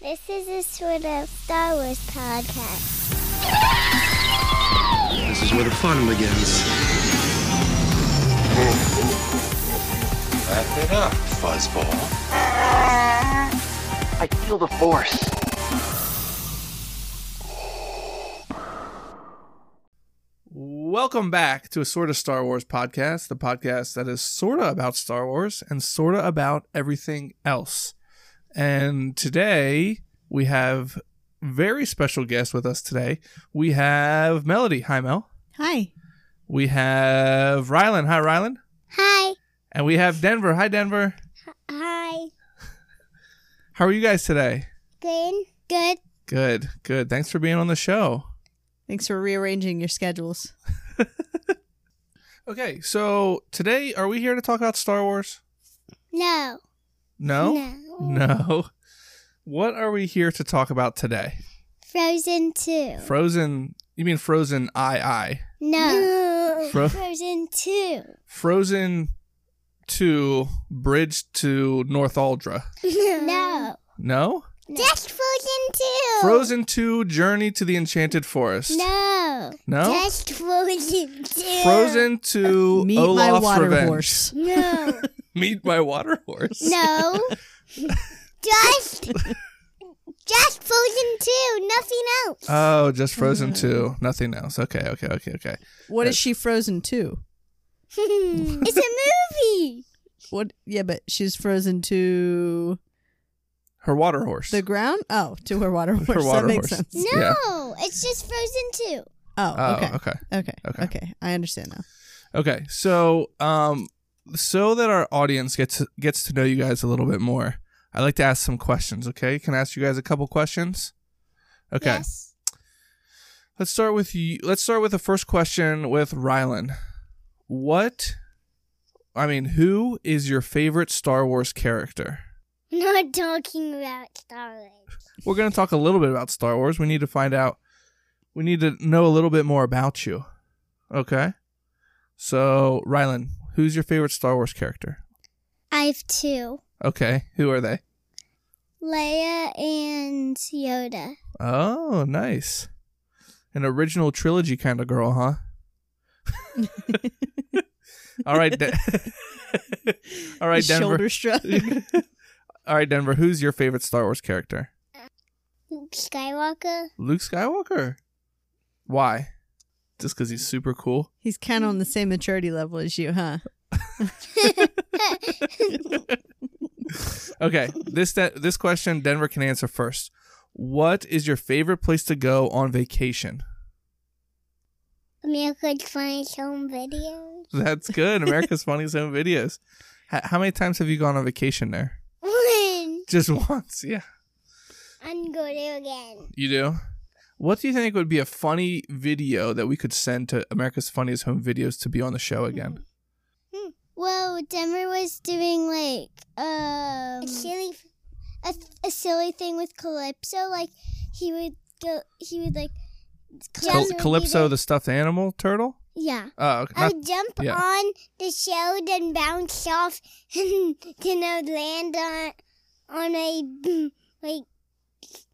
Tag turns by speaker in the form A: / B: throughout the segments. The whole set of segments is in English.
A: This is a sort of Star Wars podcast.
B: This is where the fun begins.
C: Wrap it up, fuzzball.
D: I feel the force.
E: Welcome back to a sort of Star Wars podcast, the podcast that is sort of about Star Wars and sort of about everything else. And today we have very special guest with us today. We have Melody. Hi, Mel.
F: Hi.
E: We have Rylan. Hi, Rylan.
A: Hi.
E: And we have Denver. Hi, Denver.
A: Hi.
E: How are you guys today?
A: Good. Good.
E: Good, good. Thanks for being on the show.
F: Thanks for rearranging your schedules.
E: Okay, so today, are we here to talk about Star Wars?
A: No.
E: No? No. What are we here to talk about today?
A: Frozen 2.
E: Frozen. You mean Frozen I I?
A: no.
E: Fro-
A: Frozen 2.
E: Frozen Two Bridge to North Aldra.
A: No.
E: No.
A: Just Frozen 2.
E: Frozen Two Journey to the Enchanted Forest.
A: No.
E: No.
A: Just Frozen 2.
E: Frozen Two
F: Meet
E: Olaf's
F: my water
E: Revenge.
F: horse.
A: No.
E: Meet my water horse.
A: No. just. Just Frozen 2. Nothing else.
E: Oh, just Frozen Two.
F: Mm-hmm.
E: Nothing else. Okay. Okay. Okay. Okay.
F: What is she frozen to?
A: it's a movie.
F: What? Yeah, but she's frozen to
E: Her water horse.
F: the ground. Oh, to her water horse.
E: water
F: that makes
E: horse.
F: sense.
A: No.
E: Yeah.
A: It's just Frozen 2.
F: Oh,
E: oh.
F: okay.
E: Okay.
F: okay,
E: Okay.
F: okay, I understand now.
E: Okay, so um, so that our audience gets gets to know you guys a little bit more, I like to ask some questions. Okay, can I ask you guys a couple questions? Okay,
A: Yes.
E: let's start with you. Let's start with the first question with Rylan. What, I mean, who is your favorite Star Wars character?
A: We're not talking about Star Wars.
E: We're gonna talk a little bit about Star Wars. We need to find out. We need to know a little bit more about you. Okay, so Rylan, who's your favorite Star Wars character?
A: I have two
E: Okay, who are they?
A: Leia and Yoda.
E: Oh, nice. An original trilogy kind of girl, huh? All right. De- All right,
F: The Shoulder
E: Denver.
F: shrug.
E: All right, Denver, who's your favorite Star Wars character?
A: Luke Skywalker?
E: Luke Skywalker. Why? Just because he's super cool?
F: He's kind of on the same maturity level as you, huh?
E: Okay, this that this question Denver can answer first. What is your favorite place to go on vacation?
A: America's Funniest Home Videos?
E: That's good. America's Funniest Home Videos. H- how many times have you gone on vacation there?
A: One!
E: Just once, yeah.
A: And go there again.
E: You do? What do you think would be a funny video that we could send to America's Funniest Home Videos to be on the show again?
A: Well, Denver was doing like um, a silly, a, a silly thing with Calypso. Like he would go, he would like
E: Cal-
A: would be
E: Calypso,
A: there-
E: the stuffed animal turtle?
A: yeah.
E: Oh, okay.
A: I
E: Not-
A: would jump
E: yeah.
A: on the shell, then bounce off, and then I would land on on a mm, like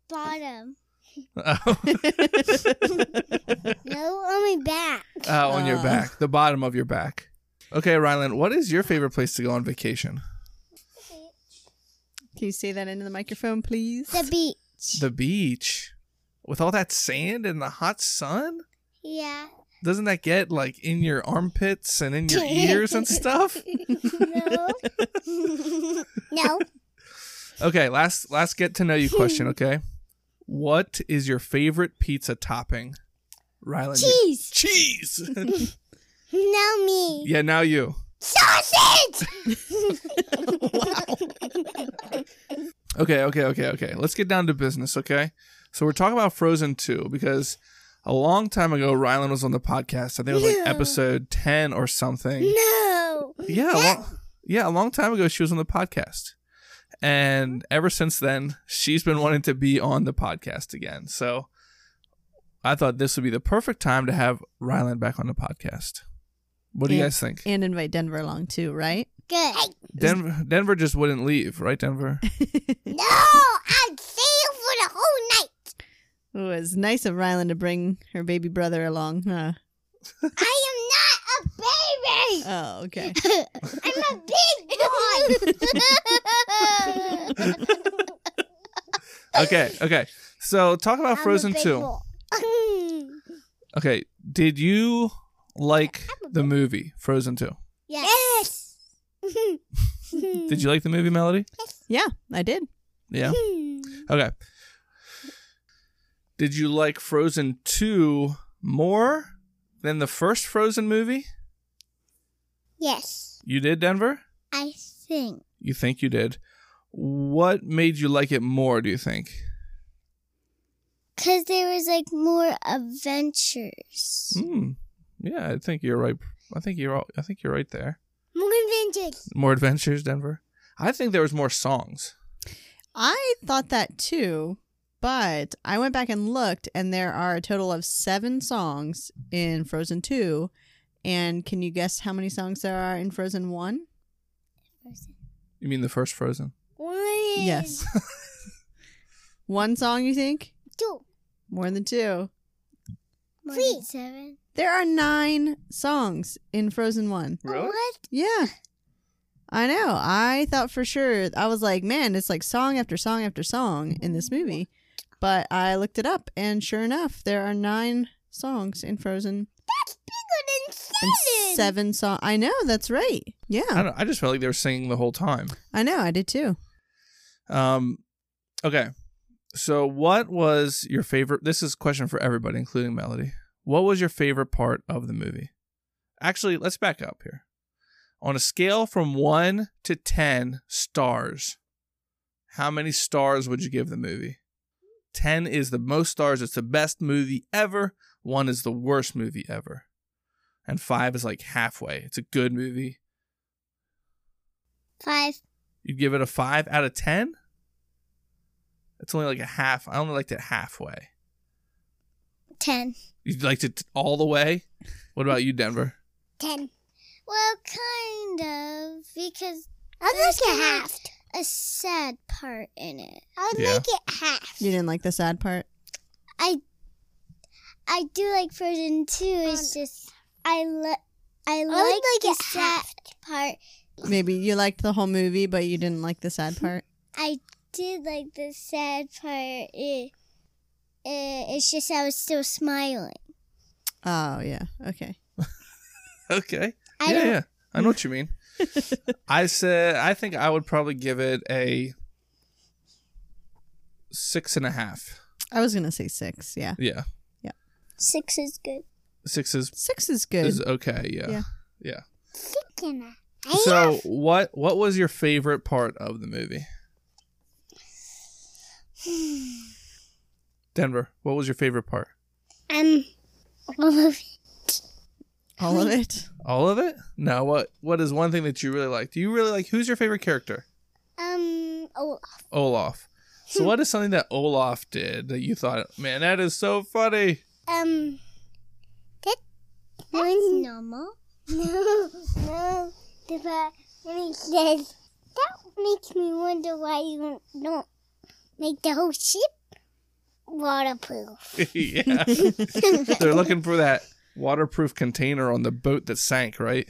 A: bottom.
E: oh,
A: No, on my back.
E: Oh, on your
F: Uh.
E: back, the bottom of your back. Okay, Rylan, what is your favorite place to go on vacation?
F: Can you say that into the microphone, please?
A: The beach.
E: The beach. With all that sand and the hot sun?
A: yeah.
E: Doesn't that get like in your armpits and in your ears and stuff?
A: No. no.
E: Okay, last last get to know you question, okay? What is your favorite pizza topping? Rylan. you-
A: Cheese.
E: Cheese.
A: No me.
E: yeah, now you.
A: Sausage.
E: Okay, okay, okay, okay. Let's get down to business, okay? So we're talking about Frozen 2 because a long time ago Rylan was on the podcast. I think it was like
A: Yeah.
E: episode 10 or something.
A: No.
E: Yeah, a long, yeah, a long time ago she was on the podcast. And ever since then, she's been wanting to be on the podcast again. So I thought this would be the perfect time to have Rylan back on the podcast. What do you
F: Yeah.
E: guys think?
F: And invite Denver along too, right?
A: Good.
E: Denver, Denver just wouldn't leave, right, Denver?
A: No. I'd save
F: Ooh, it's nice of Rylan to bring her baby brother along, huh?
A: I am not a baby.
F: Oh, okay.
A: I'm a big boy.
E: Okay, okay. So talk about Frozen 2.
A: Two.
E: Okay, did you like the movie Frozen 2?
A: yes. Mm.
E: Did you like the movie Melody?
F: Yeah, I did.
E: Yeah. Okay. Did you like Frozen 2 more than the first Frozen movie?
A: yes,
E: You did, Denver?
A: I think
E: You think you did. What made you like it more, do you think?
A: because there was like more adventures.
E: Hmm. Yeah, I think you're right. I think you're all, I think you're right there.
A: More adventures.
E: More adventures, Denver. I think there was more songs.
F: I thought that too, but I went back and looked, and there are a total of seven songs in Frozen 2. And can you guess how many songs there are in Frozen 1?
E: You mean the first Frozen?
A: One.
F: Yes. One song, you think?
A: Two.
F: More than two.
A: More than Seven.
F: There are nine songs in Frozen 1.
A: What?
F: Yeah. I know. I thought for sure. I was like, man, it's like song after song after song in this movie. But I looked it up, and sure enough, there are nine songs in Frozen
A: Bigger than seven.
F: and seven songs. I know. That's right.
E: I
F: Yeah.
E: don't. know, I just felt like they were singing the whole time.
F: I know. I did too.
E: Um, okay. So, what was your favorite? This is a question for everybody, including Melody. What was your favorite part of the movie? Actually, let's back up here. On a scale from one to 10 stars, how many stars would you give the movie? 10 is the most stars. It's the best movie ever. One is the worst movie ever. And five is like halfway. It's a good movie.
A: Five.
E: You'd give it a five out of ten. It's only like a half. I only liked it halfway.
A: Ten.
E: You liked it all the way. What about you, Denver?
A: Ten. Well, kind of, because
D: I'll
A: There's
D: make it
A: no-
D: half.
A: a sad part in it.
D: I'll
E: Yeah.
D: make it half.
F: You didn't like the sad part?
A: I do like Frozen too. It's just I lo- Um, I
D: would
A: like
D: like
A: the
D: it
A: sad part.
F: Maybe you liked the whole movie, but you didn't like the sad part?
A: I did like the sad part. It, it, it's just I was still smiling.
F: Oh, yeah. Okay.
E: Okay.
A: I
E: yeah,
A: don't.
E: yeah. I know what you mean. I said I think I would probably give it a six and a half.
F: I was going to say six. Yeah.
E: Yeah,
A: Six is good.
E: six is
F: Six is good.
E: is okay. Yeah.
F: Yeah.
D: Chicken.
E: So what what was your favorite part of the movie? Denver, what was your favorite part?
A: Um, all of
F: All of it?
E: All of it? No. What What is one thing that you really like? Do you really like? Who's your favorite character?
A: um. Oh,
E: Olaf.
F: Hmm.
E: So what is something that Olaf did that you thought, man, that is so funny?
A: um. That that's normal.
D: No, no. The part when he says, that makes me wonder why you don't- don't make the whole ship waterproof.
E: yeah. They're looking for that waterproof container on the boat that sank, right?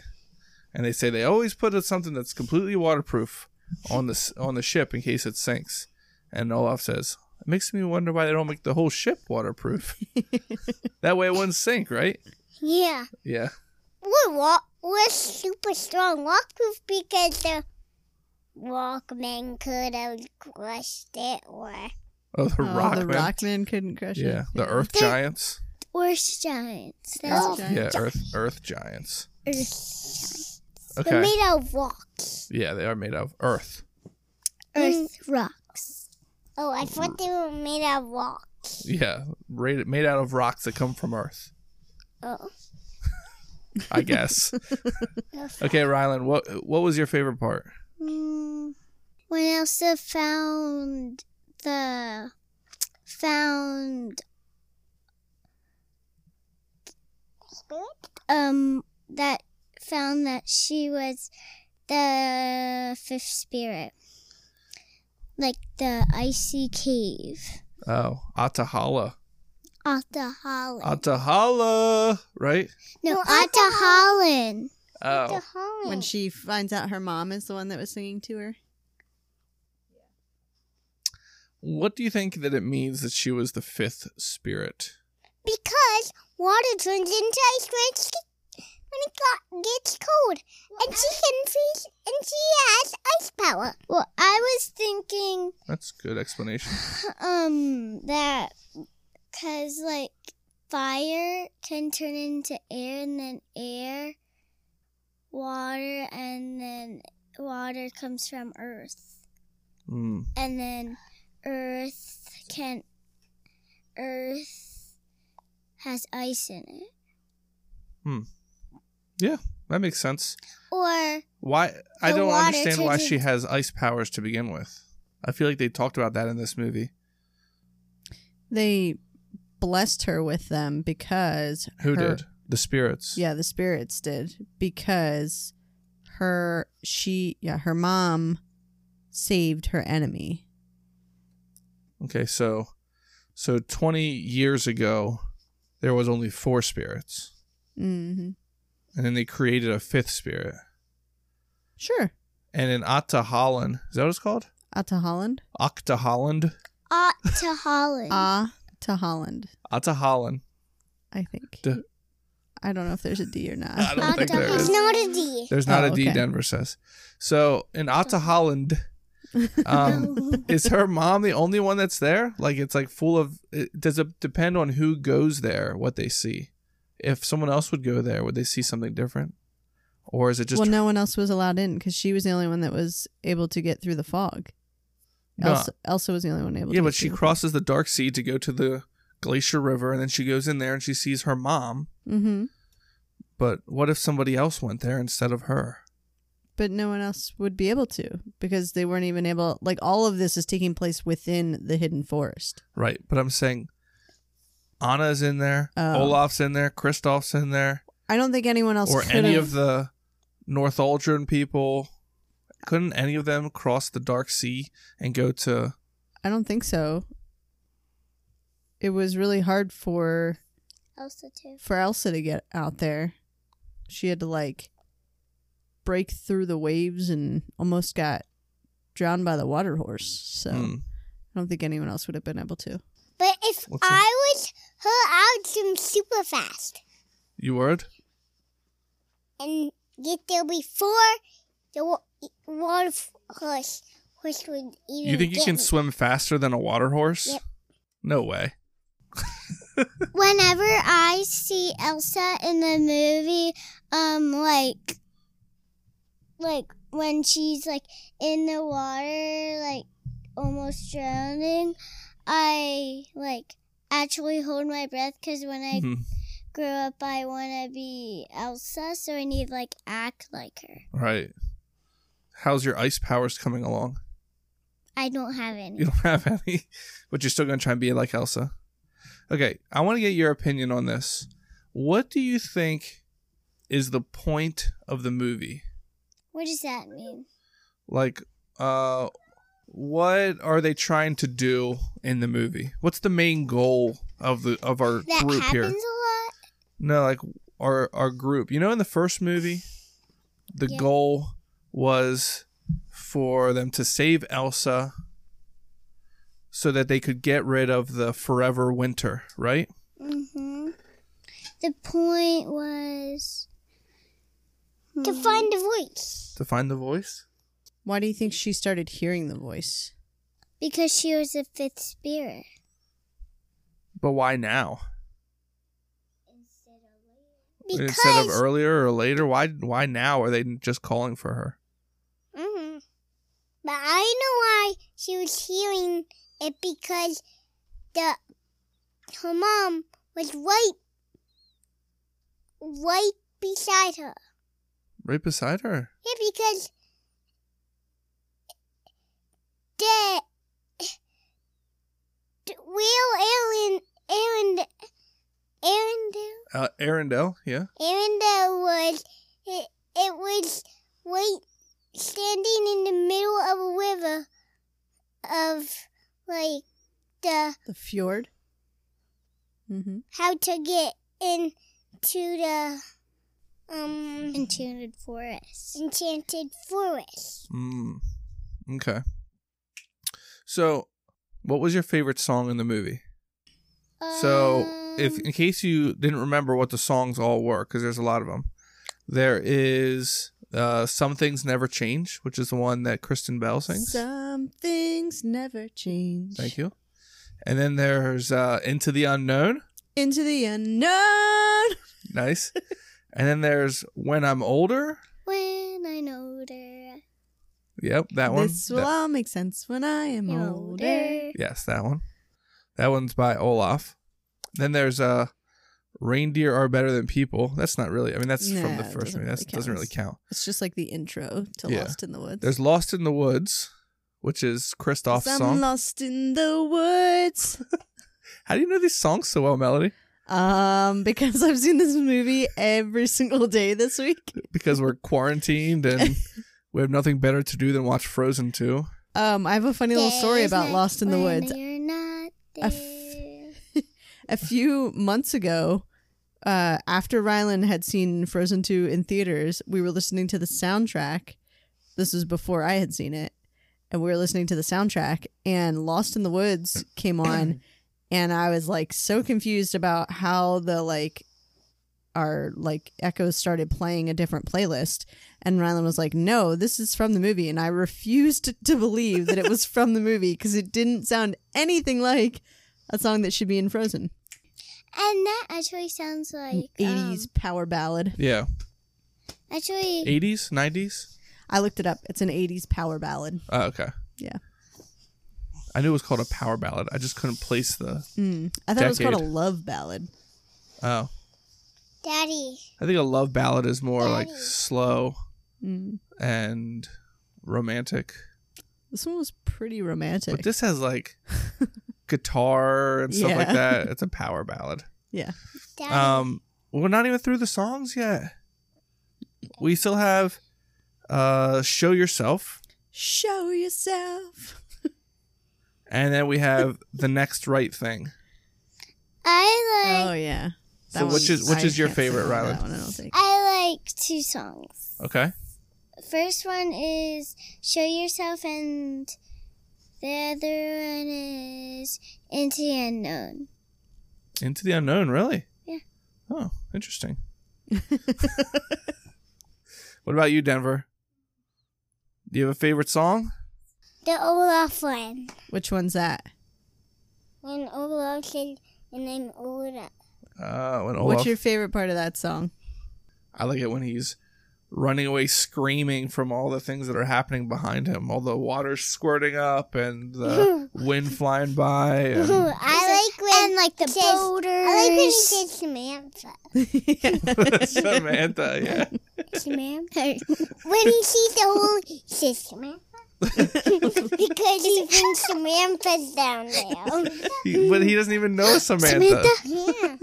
E: And they say they always put something that's completely waterproof on the s- on the ship in case it sinks. And Olaf says, "It makes me wonder why they don't make the whole ship waterproof. that way it wouldn't sink, right?"
D: Yeah.
E: Yeah.
D: We're, wa- we're super strong waterproof because the Walkman could have crushed it or.
E: Oh, the
F: oh,
E: rock
F: the
E: man.
F: Rockman couldn't crush it.
E: Yeah, the Earth Giants.
A: Worst giants. That's
D: Oh,
F: Okay.
E: Yeah, Earth Earth Giants.
D: They're
E: Okay.
D: made out of rocks.
E: Yeah, they are made out of Earth.
A: Earth rocks.
D: Oh, I thought they were made out of rocks.
E: Yeah, ra- made out of rocks that come from Earth.
D: Oh.
E: I guess. okay, Rylan, what what was your favorite part?
A: Mm, when Elsa found the found um that found that she was the fifth spirit, like the icy cave.
E: Oh, Atahala.
A: Atahalan.
E: Atahala, right?
A: no,
D: No,
A: Atahalan.
E: Oh,
F: When she finds out her mom is the one that was singing to her.
E: what do you think that it means that she was the fifth spirit?
D: Because water turns into ice when it, ge- when it got, gets cold, and she can freeze, and she has ice power.
A: Well, I was thinking
E: That's a good explanation.
A: um that because like fire can turn into air and then air water and then water comes from earth
E: Mm.
A: and then earth can earth has ice in it
E: That makes sense.
A: or
E: Why I
A: The
E: don't
A: water
E: understand why
A: turns
E: she has ice powers to begin with. I feel like they talked about that in this movie.
F: They blessed her with them because
E: Who
F: her-
E: did? The spirits.
F: Yeah, the spirits did because her she yeah, her mom saved her enemy.
E: Okay, so so 20 years ago there was only four spirits
F: hmm
E: and then they created a fifth spirit.
F: Sure.
E: And in Atahalan, is that what it's called?
F: Ata Holland.
E: Octaholland?
A: ought to holland
F: Ah to Holland,
E: Atahalan.
F: I think.
E: D-
F: I don't know if there's a D or not.
E: I don't think there
A: Octaholland.
E: is.
D: It's not a D.
E: There's not
F: Oh,
E: a D.
F: okay.
E: Denver says. So in Atahaland, um, is her mom the only one that's there? Like it's like full of. It, does it depend on who goes there, what they see? If someone else would go there, would they see something different, or is it just
F: well, no one else was allowed in because she was the only one that was able to get through the fog.
E: No.
F: Elsa, Elsa was the only one able. to
E: yeah?
F: get
E: But
F: through
E: she crosses the dark sea to go to the glacier river, and then she goes in there and she sees her mom.
F: The- mm-hmm.
E: But what if somebody else went there instead of her?
F: But no one else would be able to because they weren't even able. Like all of this is taking place within the hidden forest.
E: Right, but I'm saying Anna's in there,
F: Oh.
E: Olaf's in there, Kristoff's in there.
F: I don't think anyone else
E: or
F: could
E: any
F: have-
E: of the North Aldrin people. Couldn't any of them cross the Dark Sea and go to?
F: I don't think so. It was really hard for
D: Oh,
A: also too
F: for Elsa to get out there. She had to like break through the waves and almost got drowned by the water horse. So
E: Hmm.
F: I don't think anyone else would have been able to.
D: But if
E: What's
D: I was her, I would swim super fast
E: You would?
D: and get there before the wa- water horse, horse would even
E: You think you
D: get
E: can
D: me.
E: swim faster than a water horse?
D: Yep.
E: No way.
A: whenever I see Elsa in the movie, um, like, like when she's like in the water, like almost drowning, I like actually hold my breath because when I
E: Mhm.
A: grow up, I want to be Elsa, so I need like act like her.
E: Right. How's your ice powers coming along?
A: I don't have
E: You
A: any.
E: don't have any, but you're still going to try and be like Elsa. Okay, I want to get your opinion on this. What do you think is the point of the movie?
A: What does that mean?
E: like uh what are they trying to do in the movie what's the main goal of the of our
A: That
E: group
A: happens
E: here
A: a lot.
E: no like our our group you know in the first movie the
A: Yeah.
E: goal was for them to save elsa so that they could get rid of the forever winter right
A: Mm-hmm. The point was
D: to find a voice?
E: to find the voice
F: Why do you think she started hearing the voice?
A: Because she was the fifth spirit.
E: but why now instead
D: Because
E: of earlier or later why why now are they just calling for her
D: hmm But I know why she was hearing it because the her mom was right right beside her.
E: right beside her
D: Yeah, because the, the real Aaron Aaron Arendelle
E: Uh, Arendelle, yeah.
D: Arendelle was it, it was right standing in the middle of a river of like the
F: The fjord? Mm-hmm.
D: how to get into the um
A: Enchanted Forest.
D: enchanted forest.
E: Mm. Okay. So, what was your favorite song in the movie? So, if
F: Um.
E: in case you didn't remember what the songs all were, because there's a lot of them, there is uh, "Some Things Never Change," which is the one that Kristen Bell sings.
F: Some things never change.
E: Thank you. And then there's uh, "Into the Unknown,"
F: Into the unknown.
E: nice. and then there's "When I'm Older."
A: when I know there,
E: Yep, that one.
F: This will
E: That-
F: all make sense when I am
A: eh.
F: older.
E: yes, that one. That one's by Olaf. Then there's uh, "Reindeer Are Better Than People." That's not really. I mean, that's from
F: Nah,
E: the
F: it
E: first
F: doesn't
E: movie. That
F: really
E: doesn't
F: count.
E: really count.
F: It's just like the intro to
E: Yeah.
F: Lost in the Woods.
E: There's "Lost in the Woods," which is Kristoff's
F: I'm
E: song.
F: lost in the woods.
E: How do you know these songs so well, Melody?
F: Um, because I've seen this movie every single day this week.
E: Because we're quarantined and we have nothing better to do than watch Frozen 2.
F: Um, I have a funny little story about Lost in the Woods.
A: You're not
F: A f-
A: there.
F: A few months ago, uh, after Rylan had seen Frozen 2 in theaters, we were listening to the soundtrack. This was before I had seen it. And we were listening to the soundtrack, and Lost in the Woods came on. and I was like so confused about how the like our like echoes started playing a different playlist and Rylan was like no this is from the movie and I refused to believe that it was from the movie because it didn't sound anything like a song that should be in Frozen
A: And that actually sounds like um,
F: 80s power ballad
E: Yeah.
A: actually,
E: 80s, 90s?
F: I looked it up it's an 80s power ballad
E: Oh, okay.
F: Yeah.
E: I knew it was called a power ballad. I just couldn't place the.
F: mm. I thought it was called a
E: Decade.
F: love ballad
E: Oh.
D: Daddy,
E: I think a love ballad is more like
F: Oh.
D: Daddy.
E: slow
F: mm.
E: and romantic.
F: this one was pretty romantic
E: But this has like guitar and stuff like
F: Yeah.
E: that. It's a power ballad.
F: yeah
D: daddy.
E: Um, we're not even through the songs yet. We still have uh, "Show Yourself,"
F: show yourself
E: and then we have "The Next Right Thing."
A: I like
F: oh yeah
E: So which is- which
F: I
E: is your
F: can't sing
E: favorite,
F: that
E: Rylan?
F: one, I don't think.
A: I like two songs.
E: Okay,
A: First one is "Show Yourself," and the other one is "Into the Unknown."
E: "Into the Unknown," really?
A: Yeah.
E: Oh, interesting. what about you, Denver? Do you have a favorite song?
D: the Olaf one.
F: Which one's that?
D: When Olaf said, and I'm Olaf.
E: Uh, when
F: What's
E: Olaf,
F: your favorite part of that song?
E: I like it when he's running away screaming from all the things that are happening behind him, all the water squirting up and the wind flying by. And
D: I like when
A: and like the
D: says- I
A: boaters.
D: I like when he said Samantha.
E: Samantha, yeah.
A: Samantha.
D: When he sees the whole, he says Samantha. because he thinks Samantha's down there.
E: He- but he doesn't even know Samantha.
D: yeah.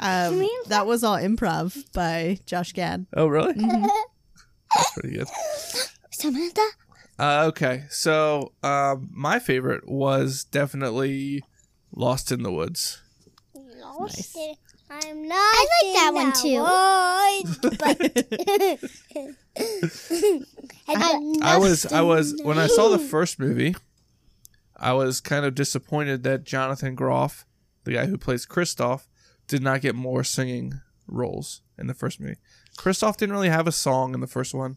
F: um, that was all improv by Josh Gad.
E: Oh, really? That's pretty good.
A: Samantha.
E: Uh, okay, so um, my favorite was definitely Lost in the Woods.
D: Lost
F: Nice.
D: in- I'm not. I
A: like that one too.
E: I was, I was, when I saw the first movie, I was kind of disappointed that Jonathan Groff, the guy who plays Kristoff, did not get more singing roles in the first movie. Kristoff didn't really have a song in the first one,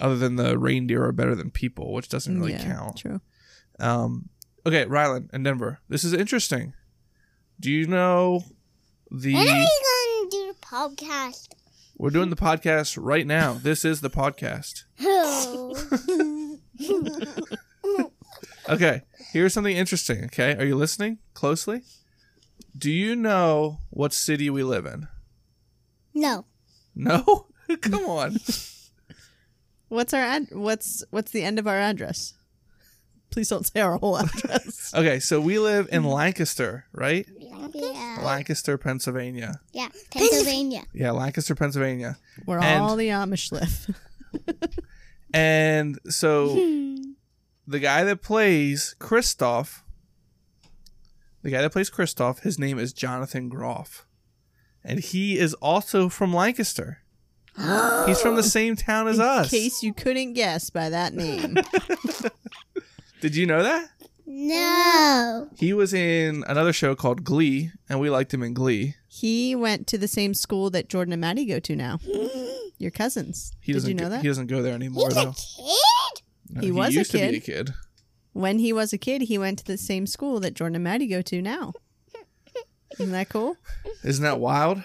E: other than the reindeer are better than people, which doesn't really
F: yeah,
E: count.
F: True.
E: Um, okay, Rylan and Denver, this is interesting. Do you know the?
D: We're gonna do the podcast.
E: We're doing the podcast right now. This is the podcast. Okay, here's something interesting. Okay, are you listening closely? Do you know what city we live in?
A: No.
E: No, come on.
F: What's our ad- what's what's the end of our address? Please don't say our whole address.
E: Okay, so we live in Lancaster, right?
A: Yeah.
E: Lancaster, Pennsylvania.
A: Yeah. Pennsylvania.
E: Yeah, Lancaster, Pennsylvania.
F: Where
E: And-
F: all the Amish live.
E: And so the guy that plays Kristoff The guy that plays Kristoff, his name is Jonathan Groff. And he is also from Lancaster. He's from the same town as
F: In
E: us.
F: case you couldn't guess by that name.
E: Did you know that?
A: No.
E: He was in another show called Glee, and we liked him in Glee.
F: he went to the same school that Jordan and Maddie go to now. Your cousins.
E: He
F: Did
E: doesn't
F: you know
E: go,
F: that?
E: He doesn't go there anymore though. No,
F: He was a
E: used to be a
F: kid.
E: kid.
F: when he was a kid, he went to the same school that Jordan and Maddie go to now. Isn't that cool?
E: Isn't that wild?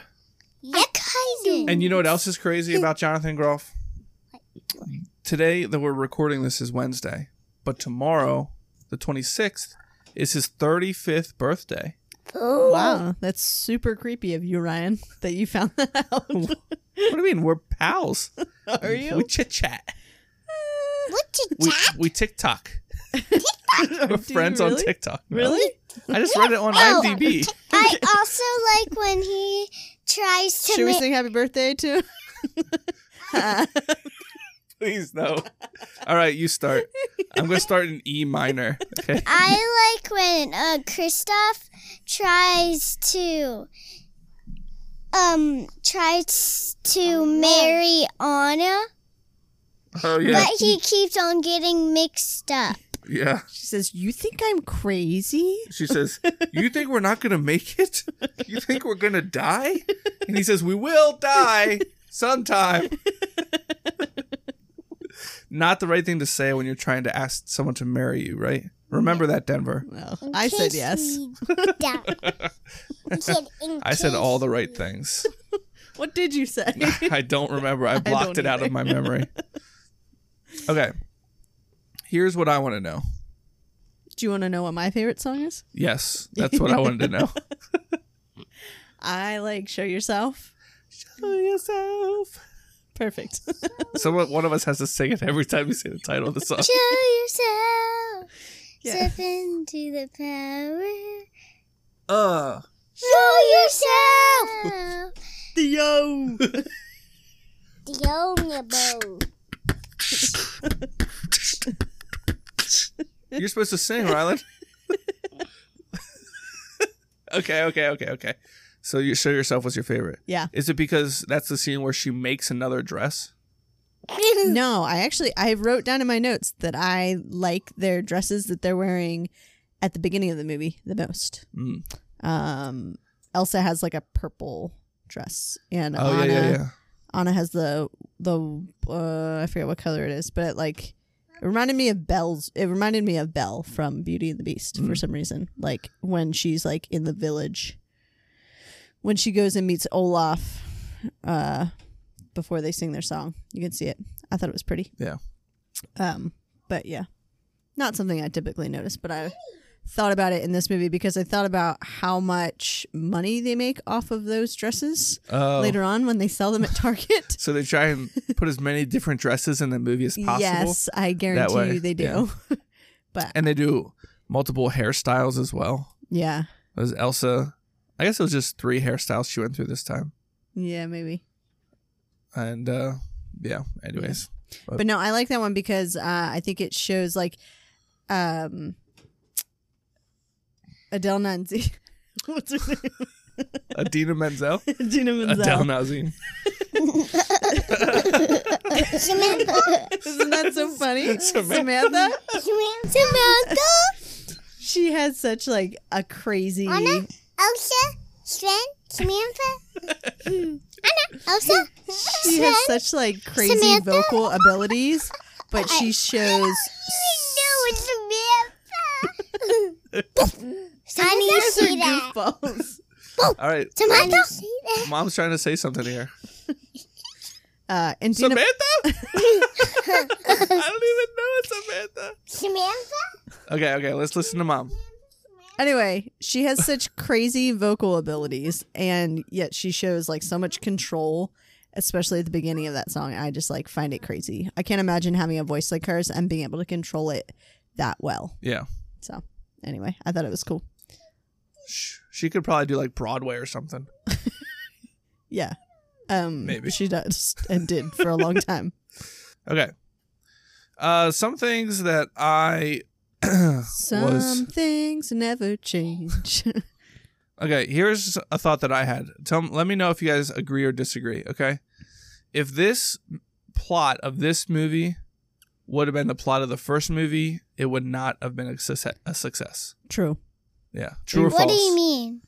A: Yeah, kind
E: And you know what else is crazy about Jonathan Groff? Today that we're recording this is Wednesday, but tomorrow, the 26th, is his 35th birthday.
F: Wow, that's super creepy of you, Ryan, that you found that out.
E: What do you mean? We're pals.
F: Are
E: We
F: you?
E: chit chat.
A: What you
E: We we TikTok. We're
F: Do you
E: friends on
F: really?
E: TikTok. now.
F: Really?
E: I just read it on IMDb.
A: I also like when he tries to
F: Should we
A: make
F: sing happy birthday too?
E: Please no. All right, you start. I'm gonna start in E minor. Okay.
A: I like when uh, Kristoff tries to um tries to marry Anna,
E: Oh
A: but he keeps on getting mixed up.
E: Yeah.
F: She says, "You think I'm crazy?"
E: She says, "You think we're not gonna make it? You think we're gonna die?" And he says, "We will die sometime." not the right thing to say when you're trying to ask someone to marry you, right? Remember that, Denver.
F: Well, I said yes.
E: I said all the right things.
F: What did you say?
E: I don't remember. I blocked it out of my memory. Okay. Here's what I want to know.
F: Do you want to know what my favorite song is?
E: Yes, that's what I wanted to know.
F: I like "Show Yourself."
E: Show yourself.
F: Perfect.
E: Someone, one of us has to sing it every time you say the title of the song.
A: Show yourself.
F: Yeah.
A: Step into the power.
E: Uh,
A: Show yourself.
F: the yo.
A: The only bow.
E: you're supposed to sing, Rylan. okay, okay, okay, okay. So you show yourself was your favorite.
F: Yeah.
E: Is it because that's the scene where she makes another dress?
F: No, I actually I wrote down in my notes that I like their dresses that they're wearing at the beginning of the movie the most.
E: Mm.
F: Um, Elsa has like a purple dress, and
E: Oh yeah,
F: Anna
E: yeah, yeah.
F: Anna has the the uh, I forget what color it is, but it like it reminded me of Belle's. It reminded me of Belle from Beauty and the Beast for some reason. Like when she's like in the village, when she goes and meets Olaf, uh, before they sing their song, you can see it. I thought it was pretty.
E: Yeah.
F: Um, but yeah, not something I typically notice, but I thought about it in this movie because I thought about how much money they make off of those dresses
E: Oh.
F: later on when they sell them at Target.
E: So they try and put as many different dresses in the movie as possible.
F: Yes, I guarantee
E: way,
F: you they do. but
E: And they do multiple hairstyles as well.
F: yeah,
E: It was Elsa. I guess it was just three hairstyles she went through this time.
F: yeah, maybe.
E: And uh yeah, anyways.
F: But no, I like that one because uh, I think it shows like um, Adele Nancy. What's her name?
E: Adina Menzel.
F: Dina Menzel.
E: Adele Nazim.
F: Isn't that so funny? Samantha.
A: Samantha,
F: She has such like a crazy.
A: Elsa, Sven, Samantha, Anna, Elsa,
F: She has such like crazy
A: Samantha?
F: vocal abilities, but she shows.
A: No, it's Samantha. I need to
F: They're
A: see that.
F: goofballs.
E: All right.
A: Samantha.
E: Mom's trying to say something here.
F: Uh, and Dina
E: Samantha? I don't even know it's Samantha.
A: Samantha.
E: Okay, okay, let's listen to mom.
F: Anyway, she has such crazy vocal abilities, and yet she shows like so much control, especially at the beginning of that song. I just like find it crazy. I can't imagine having a voice like hers and being able to control it that well.
E: Yeah.
F: So, anyway, I thought it was cool.
E: Sh- She could probably do like Broadway or something.
F: Yeah. Um,
E: Maybe.
F: she does and did for a long time.
E: Okay. Uh, some things that I
F: Some things never change.
E: Okay, here's a thought that I had. Tell let me know if you guys agree or disagree, okay? If this plot of this movie would have been the plot of the first movie, it would not have been a success. A success.
F: True.
E: Yeah. True or
A: what
E: false?
A: do you mean?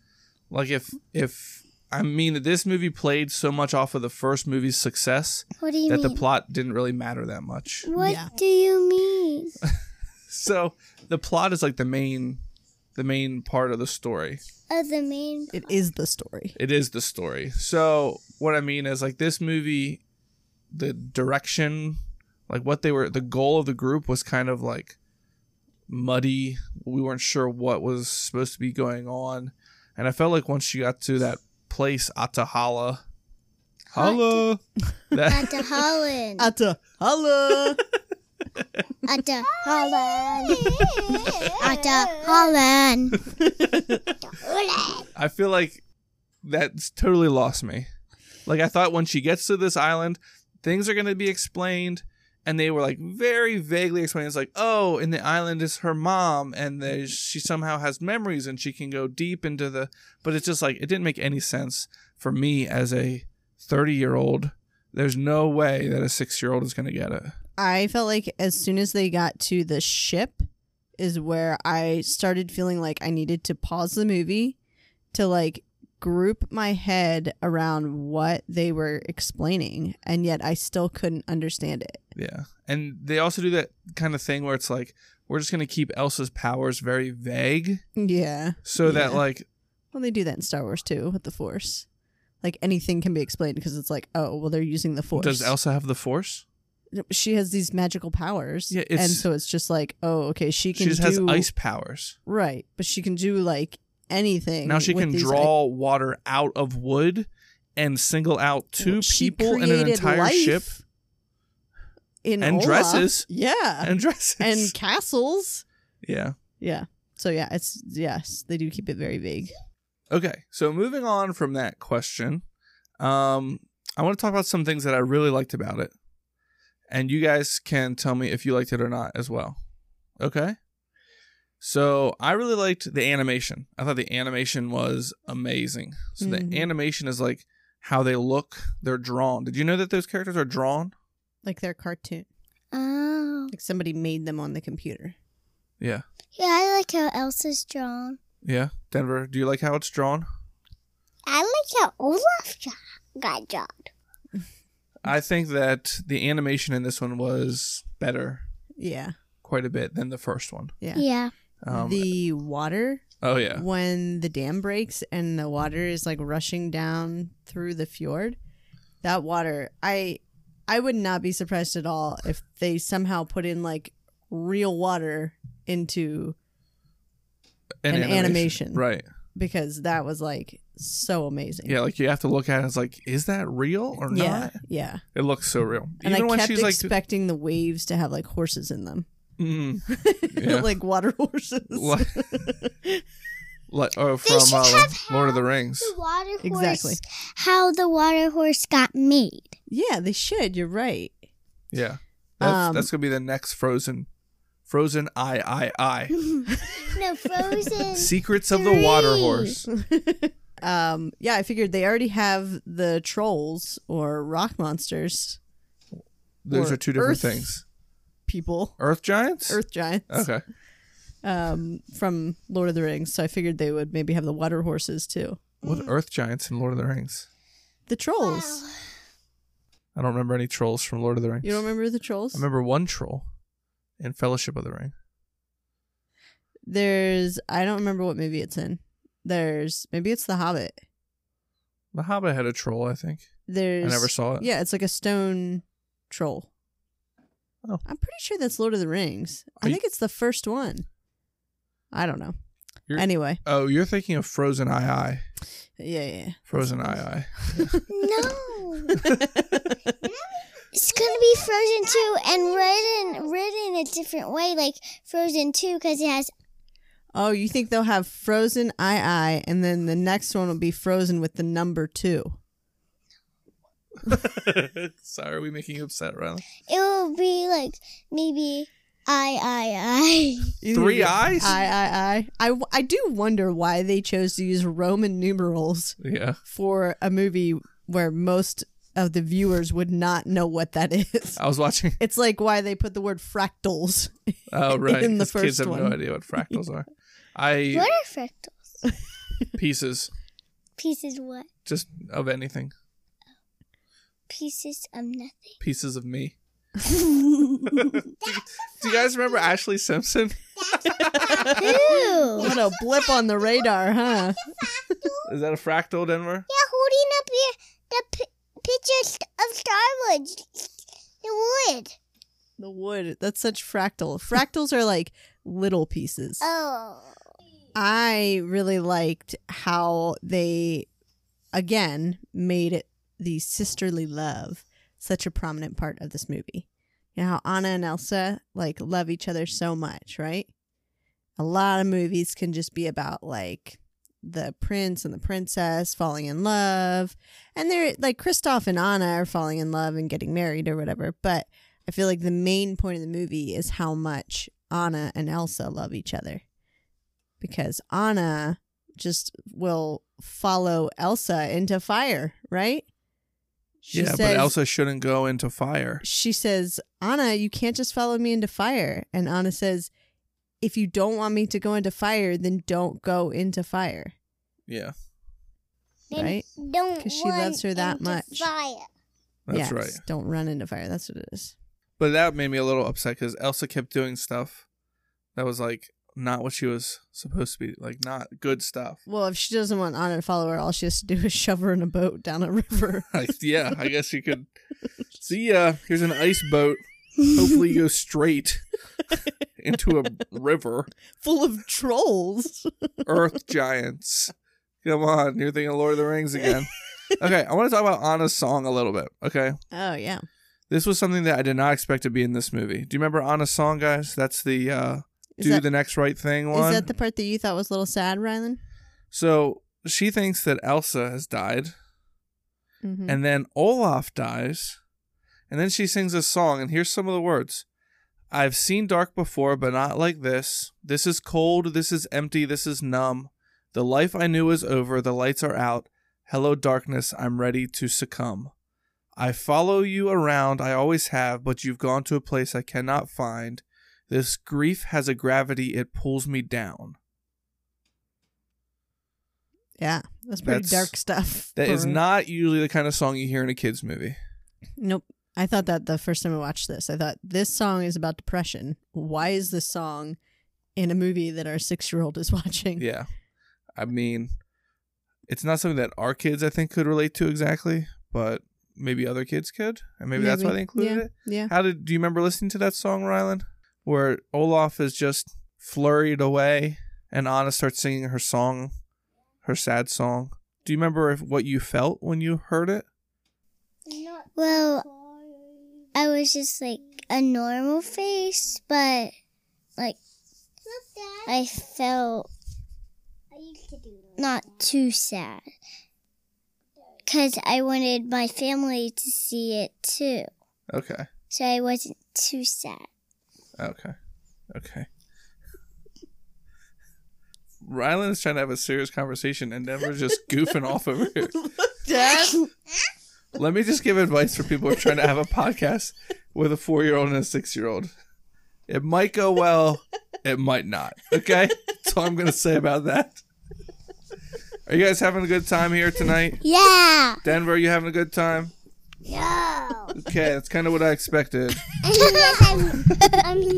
E: Like if if I mean that this movie played so much off of the first movie's success
A: What do you
E: that
A: mean?
E: the plot didn't really matter that much.
A: what
F: Yeah.
A: do you mean?
E: So the plot is like the main the main part of the story.
A: Oh, the main.
F: It is the story.
E: It is the story. So what I mean is like this movie, the direction, like what they were, the goal of the group was kind of like muddy. We weren't sure what was supposed to be going on, and I felt like once you got to that place, Atahala, Hala, that
A: At the Holland.
F: Atta holla.
A: At the Holland. At the Holland.
E: I feel like that's totally lost me. Like I thought when she gets to this island, things are gonna be explained, and they were like very vaguely explained. It's like, oh, and the island is her mom, and there's, she somehow has memories, and she can go deep into the. But it's just like it didn't make any sense for me as a thirty-year-old. There's no way that a six-year-old is gonna get it.
F: I felt like as soon as they got to the ship is where I started feeling like I needed to pause the movie to like group my head around what they were explaining and yet I still couldn't understand it.
E: Yeah. And they also do that kind of thing where it's like we're just gonna keep Elsa's powers very vague,
F: Yeah.
E: so that
F: Yeah.
E: like
F: Well, they do that in Star Wars too with the Force. Like anything can be explained because it's like, oh, well, they're using the Force.
E: Does Elsa have the force?
F: she has these magical powers.
E: Yeah,
F: and
E: it's-
F: so it's just like, oh, okay, she
E: She
F: can
E: just has
F: do-
E: ice powers.
F: Right, but she can do like anything.
E: Now she
F: with
E: can
F: these-
E: draw water out of wood and single out two
F: She
E: people in an
F: created
E: entire
F: life
E: ship
F: in
E: and
F: Olaf.
E: dresses.
F: Yeah,
E: and dresses.
F: um, and, castles.
E: yeah.
F: Yeah. So yeah, it's yes, they do keep it very vague.
E: Okay. So moving on from that question, um, I want to talk about some things that I really liked about it. And you guys can tell me if you liked it or not as well. Okay? So I really liked the animation. I thought the animation was amazing. So
F: Mhm.
E: the animation is like how they look, they're drawn. Did you know that those characters are drawn?
F: Like they're cartoon.
A: Oh.
F: Like somebody made them on the computer.
E: Yeah.
A: Yeah, I like how Elsa's drawn.
E: Yeah. Denver, do you like how it's drawn?
D: I like how Olaf jo- got dropped.
E: I think that the animation in this one was better
F: Yeah.
E: quite a bit than the first one.
F: Yeah.
A: Yeah.
E: Um,
F: the water
E: oh yeah.
F: when the dam breaks and the water is like rushing down through the fjord that water i i would not be surprised at all if they somehow put in like real water into an animation.
E: Right.
F: because that was like so amazing
E: Yeah, like you have to look at it. It's like, is that real or
F: yeah
E: not?
F: yeah
E: It looks so real.
F: and
E: Even
F: i
E: when
F: kept
E: she's like,
F: expecting the waves to have like horses in them
E: mm, Yeah.
F: like water horses
E: like, like oh, from
A: should
E: uh,
A: have
E: Lord of the Rings.
A: The water horse.
F: Exactly.
A: How the water horse got made.
F: yeah they should you're right
E: Yeah, that's,
F: Um,
E: that's gonna be the next Frozen. Frozen, I, I,
A: No,
E: I.
A: frozen.
E: Secrets of the Water
A: Three.
E: Horse.
F: um yeah i figured they already have the trolls or rock monsters
E: Those
F: Or
E: are two different
F: Earth.
E: things.
F: people
E: Earth giants.
F: earth giants
E: Okay.
F: um from lord of the rings so i figured they would maybe have the water horses too
E: What Earth giants in Lord of the Rings?
F: the trolls
E: I don't remember any trolls from Lord of the Rings.
F: you don't remember the trolls
E: I remember one troll in Fellowship of the Ring.
F: there's i don't remember what movie it's in there's maybe it's the hobbit
E: The Hobbit had a troll, I think.
F: there's
E: I never saw it.
F: yeah it's like a stone troll
E: Oh.
F: i'm pretty sure that's lord of the rings
E: Are
F: i
E: you-
F: think it's the first one i don't know
E: You're-
F: anyway
E: Oh, you're thinking of Frozen II.
F: yeah yeah, yeah
E: Frozen II. I.
A: No. It's gonna be Frozen Two and written written a different way, like Frozen Two, because it has
F: Oh, you think they'll have Frozen II, and then the next one will be Frozen with the number two.
E: Sorry, are we making you upset, Riley?
A: it will be like maybe I, I, I.
E: Three eyes?
F: I, I, I, I, w- I do wonder why they chose to use Roman numerals
E: yeah.
F: for a movie where most of the viewers would not know what that is.
E: I was watching.
F: It's like why they put the word fractals.
E: Oh, right.
F: In the
E: 'cause
F: first
E: kids have
F: one.
E: no idea what fractals are. I
A: What are fractals?
E: pieces
A: Pieces what?
E: just of anything.
A: Pieces of nothing.
E: Pieces of me. Do you guys remember Ashley Simpson?
A: Ooh.
F: What a blip on the radar, huh?
E: Is that a fractal, Denver?
A: Yeah, holding up here the pi- pictures of Star Wars. The wood.
F: The wood. That's such fractal. Fractals are like little pieces.
A: Oh.
F: I really liked how they, again, made it the sisterly love such a prominent part of this movie. You know how Anna and Elsa like love each other so much, right? A lot of movies can just be about like the prince and the princess falling in love, and they're like Kristoff and Anna are falling in love and getting married or whatever. But I feel like the main point of the movie is how much Anna and Elsa love each other because Anna just will follow Elsa into fire, right? She
E: yeah, but
F: says-
E: Elsa shouldn't go into fire.
F: she says, Anna, you can't just follow me into fire. And Anna says, if you don't want me to go into fire, then don't go into fire.
E: Yeah,
A: Then
F: Right?
A: Don't
F: 'Cause she loves
A: run
F: her that
A: into
F: much.
A: Fire.
E: that's
F: Yes,
E: right.
F: Don't run into fire. That's what it is.
E: But that made me a little upset because Elsa kept doing stuff that was like not what she was supposed to be, like not good stuff.
F: Well, if she doesn't want Anna to follow her, all she has to do is shove her in a boat down a river.
E: Like, yeah, I guess you could see. Uh, here's an ice boat. Hopefully, you go straight into a river.
F: Full of trolls.
E: Earth giants. Come on, you're thinking Lord of the Rings again. Okay, I want to talk about Anna's song a little bit. Okay,
F: Oh, yeah.
E: this was something that I did not expect to be in this movie. Do you remember Anna's song, guys? That's the uh,
F: Is
E: do
F: that-
E: the next right thing one.
F: Is that the part that you thought was a little sad, Rylan?
E: so she thinks that Elsa has died,
F: Mm-hmm.
E: and then Olaf dies, and then she sings a song, and here's some of the words. I've seen dark before, but not like this. This is cold, this is empty, this is numb. The life I knew is over, the lights are out. Hello, darkness, I'm ready to succumb. I follow you around, I always have, but you've gone to a place I cannot find. This grief has a gravity, it pulls me down.
F: yeah. That's pretty
E: That's-
F: dark stuff.
E: That is
F: for-
E: not usually the kind of song you hear in a kids' movie.
F: Nope. I thought that the first time I watched this, I thought this song is about depression. Why is this song in a movie that our six year old is watching?
E: Yeah. I mean, it's not something that our kids, I think, could relate to exactly, but maybe other kids could. And maybe, that's why they included
F: yeah.
E: it.
F: Yeah.
E: How did, do you remember listening to that song, Rylan? Where Olaf is just flurried away and Anna starts singing her song, her sad song. Do you remember if, what you felt when you heard it?
A: Well, I was just like a normal face, but like I felt not too sad because I wanted my family to see it too,
E: Okay.
A: so I wasn't too sad.
E: Okay. Okay. Rylan is trying to have a serious conversation and Denver's just goofing off over here. Let me just give advice for people who are trying to have a podcast with a four year old and a six year old. It might go well, it might not. Okay? That's all I'm going to say about that. Are you guys having a good time here tonight?
A: Yeah.
E: Denver, are you having a good time? Okay, that's kind of what I expected.
A: I mean, yeah, I mean,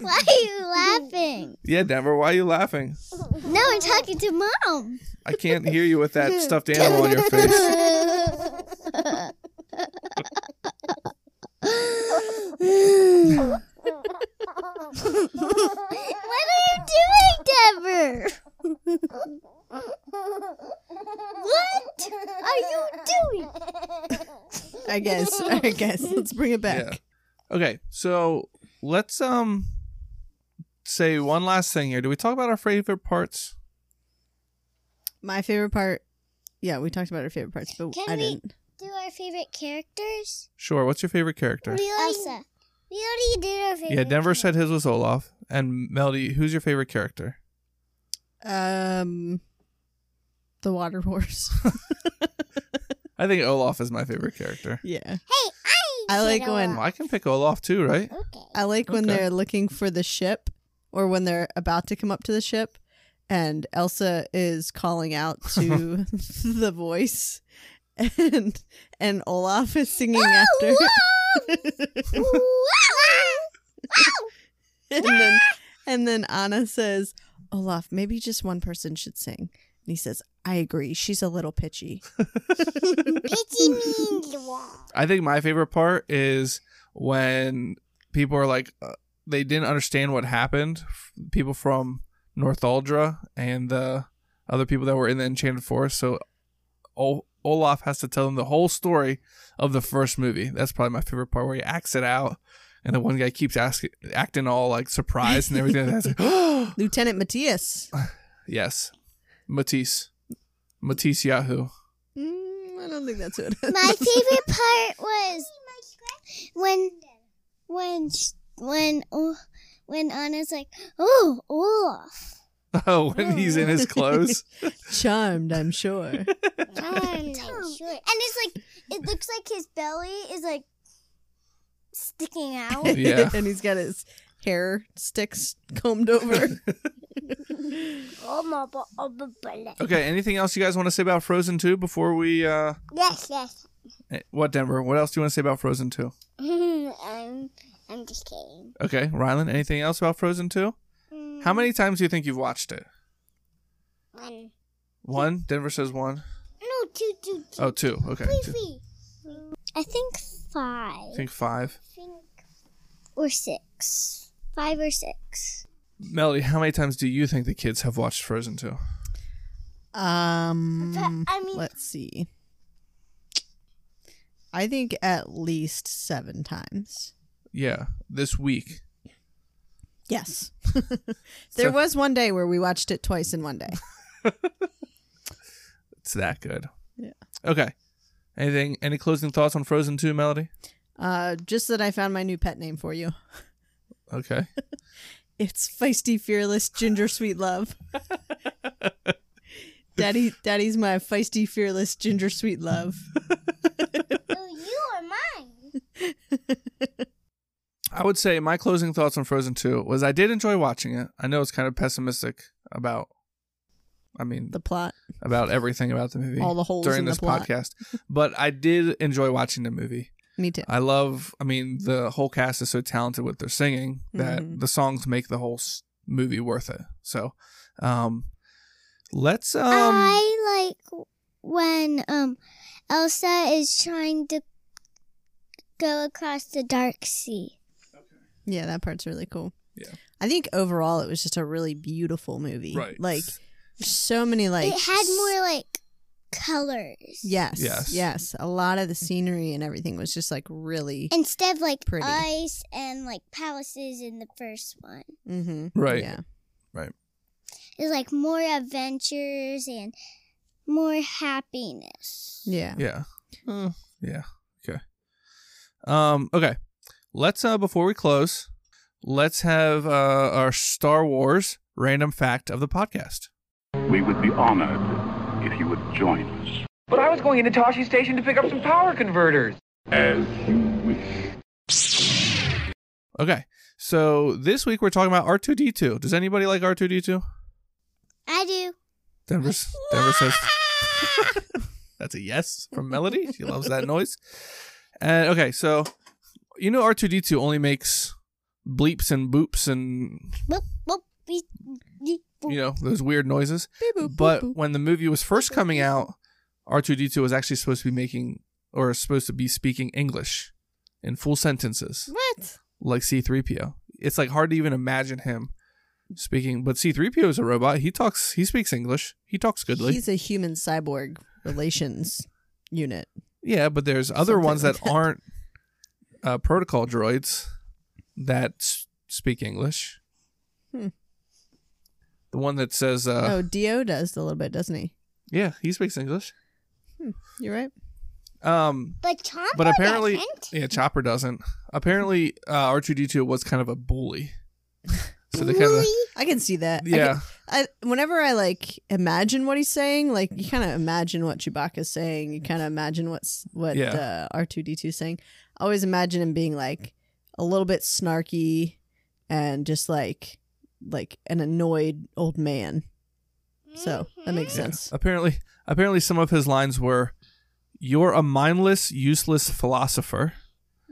A: Why are you laughing?
E: Yeah, Denver, why are you laughing?
A: No, I'm talking to mom.
E: I can't hear you with that stuffed animal on your face.
A: What are you doing, Deborah? what are you doing?
F: I guess. I guess. Let's bring it back.
E: Yeah. Okay, so let's um say one last thing here. Do we talk about our favorite parts?
F: My favorite part. Yeah, we talked about our favorite parts, but
A: Can
F: I
A: we-
F: didn't.
A: do our favorite characters?
E: Sure. What's your favorite character?
D: We already,
A: Elsa.
D: we already did our favorite.
E: Yeah, Denver
D: character.
E: said his was Olaf. And Melody, who's your favorite character?
F: Um, the water horse.
E: I think Olaf is my favorite character.
F: yeah,
D: Hey, I.
F: I like
D: did a
F: when-
E: Well, I can pick Olaf too, right?
D: lot. Okay.
F: I like when
E: Okay.
F: they're looking for the ship, or when they're about to come up to the ship, and Elsa is calling out to the voice, and and Olaf is singing
E: Ah,
F: after. and then and then Anna says, Olaf, maybe just one person should sing. And he says, I agree. She's a little pitchy.
D: Pitchy means long.
E: I think my favorite part is when people are like, uh, they didn't understand what happened. F- People from Northaldra and the other people that were in the Enchanted Forest. So Ol- Olaf has to tell them the whole story of the first movie. That's probably my favorite part where he acts it out. And the one guy keeps asking, acting all like surprised and everything. That's like,
F: Lieutenant Matthias.
E: Uh, yes, Matisse, Matisse Yahoo.
F: Mm, I don't think that's what it is.
A: My favorite part was when when sh- when oh, when Anna's like, "Oh, Olaf."
E: Oh, when he's in his clothes.
F: Charmed, I'm sure.
D: Charmed,
A: Tom.
D: I'm sure.
A: And it's like it looks like his belly is like sticking out.
E: Yeah.
F: and he's got his hair sticks combed over.
D: Oh my, bu- oh, bu- bullet.
E: Okay, anything else you guys want to say about Frozen 2 before we uh
D: Yes, yes.
E: eh, what Denver? What else do you want to say about Frozen 2?
D: I'm, I'm just kidding.
E: Okay, Rylan, anything else about Frozen 2? How many times do you think you've watched it?
D: One.
E: One? Denver says one.
D: No, two, two, two.
E: Oh, two. Okay. two.
D: Three.
A: I think
E: I
A: 5
E: think five.
A: or 6. 5 or 6.
E: Melody, how many times do you think the kids have watched Frozen 2?
F: Um,
D: I mean-
F: let's see. I think at least seven times.
E: Yeah, this week.
F: Yes. there
E: So-
F: was one day where we watched it twice in one day.
E: It's that good.
F: Yeah.
E: Okay. Anything any closing thoughts on Frozen 2, Melody?
F: Uh, just that I found my new pet name for you.
E: Okay.
F: It's feisty, fearless ginger sweet love. Daddy, daddy's my feisty, fearless ginger sweet love.
D: Oh, you are mine.
E: I would say my closing thoughts on Frozen 2 was I did enjoy watching it. I know it's kind of pessimistic about I mean
F: The plot.
E: about everything about the movie
F: All the holes
E: during
F: in the
E: this
F: plot.
E: podcast, but I did enjoy watching the movie.
F: Me too.
E: I love I mean the whole cast is so talented with their singing that
F: Mhm.
E: the songs make the whole s- movie worth it. So, um let's um
A: I like when um Elsa is trying to go across the dark sea.
F: Yeah, that part's really cool.
E: Yeah.
F: I think overall it was just a really beautiful movie.
E: right.
F: Like so many like
A: it had more like colors.
F: Yes.
E: Yes.
F: Yes. Yes. A lot of the scenery and everything was just like really
A: Instead of like
F: Pretty.
A: ice and like palaces in the first one.
F: mm-hmm.
E: Right.
F: Yeah.
A: It's like more adventures and more happiness.
F: Yeah.
E: Yeah. yeah. Okay. Um, okay. Let's uh before we close, let's have uh our Star Wars random fact of the podcast.
G: We would be honored if you would join us
H: But I was going into Toshi Station to pick up some power converters.
G: as you wish.
E: Okay. So this week we're talking about R2D2. Does anybody like R2D2?
A: I do.
E: Denver Denver says That's a yes from Melody. She loves that noise. And okay, so you know R2D2 only makes bleeps and boops and
A: Boop, boop, beep, beep, boop.
E: you know those weird noises. but when the movie was first coming out, R two D two was actually supposed to be making or supposed to be speaking English in full sentences,
F: what?
E: like C three PO. It's like hard to even imagine him speaking. But C three PO is a robot. He talks. He speaks English. He talks goodly.
F: He's a human cyborg relations unit.
E: yeah, but there's other
F: Something
E: ones
F: like
E: that,
F: that.
E: aren't uh, protocol droids that s- speak English.
F: Hmm.
E: The one that says, uh,
F: oh, Dio does a little bit, doesn't he?
E: "Yeah, he speaks English."
F: You're right.
E: Um,
D: But Chomper
E: but apparently,
D: doesn't.
E: yeah, Chopper doesn't. Apparently, uh, R two D two was kind of a bully. So they kind of
F: I can see that. I
E: yeah.
F: can- I, whenever I like imagine what he's saying, like you kind of imagine what Chewbacca's saying, you kind of imagine what's what
E: Yeah.
F: uh, R2D2 's saying. I always imagine him being like a little bit snarky and just like like an annoyed old man. So that makes
E: Yeah.
F: sense.
E: Apparently, apparently, some of his lines were, "You're a mindless, useless philosopher,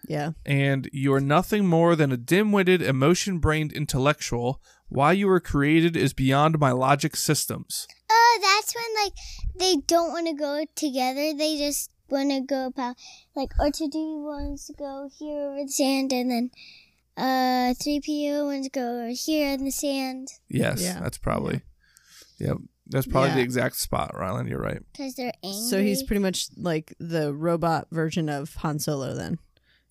F: Yeah.
E: and you're nothing more than a dim-witted, emotion-brained intellectual. Why you were created is beyond my logic systems."
A: Oh, that's when like they don't want to go together. They just want to go about like R two D wants to go here over the sand, and then uh three PO wants to go over here in the sand
E: Yes,
F: Yeah.
E: that's probably. Yeah, that's probably
F: Yeah.
E: the exact spot, Rylan. You're right.
A: because they're angry.
F: So he's pretty much like the robot version of Han Solo then.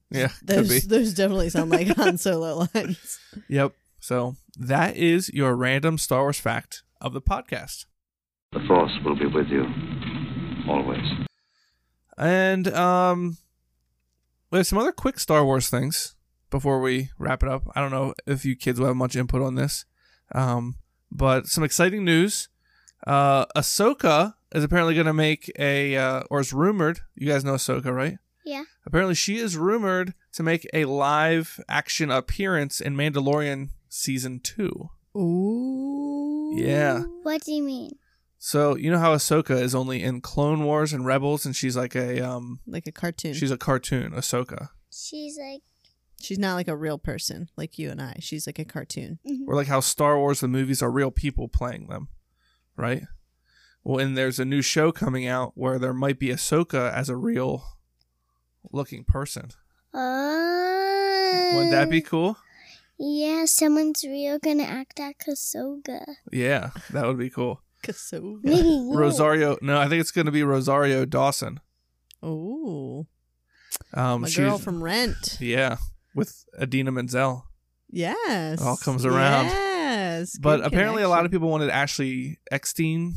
E: Yeah, could be.
F: Those those definitely sound like Han Solo lines.
E: Yep. So that is your random Star Wars fact of the podcast.
G: The Force will be with you. Always.
E: And um we have some other quick Star Wars things before we wrap it up. I don't know if you kids will have much input on this. Um but some exciting news. Uh Ahsoka is apparently going to make a uh, or is rumored, you guys know Ahsoka, right?
A: Yeah.
E: Apparently she is rumored to make a live action appearance in Mandalorian season 2.
F: Ooh.
E: Yeah.
A: What do you mean?
E: So you know how Ahsoka is only in Clone Wars and Rebels, and she's like a um,
F: Like a cartoon.
E: she's a cartoon Ahsoka,
A: She's like
F: She's not like a real person like you and I. She's like a cartoon.
E: or like how Star Wars the movies are real people playing them, right? Well, and there's a new show coming out where there might be Ahsoka as a real looking person.
A: oh.
E: Wouldn't that be cool?
A: Yeah, someone's real gonna act at Kasoga.
E: Yeah, that would be cool.
F: Kasoga.
A: Maybe you.
E: Rosario, no, I think it's going to be Rosario Dawson.
F: Oh,
E: Um,
F: my
E: she's,
F: girl from Rent.
E: yeah, with Adina Menzel.
F: Yes,
E: It all comes around.
F: Yes,
E: But
F: good
E: apparently, a lot of
F: connection.
E: people wanted Ashley Eckstein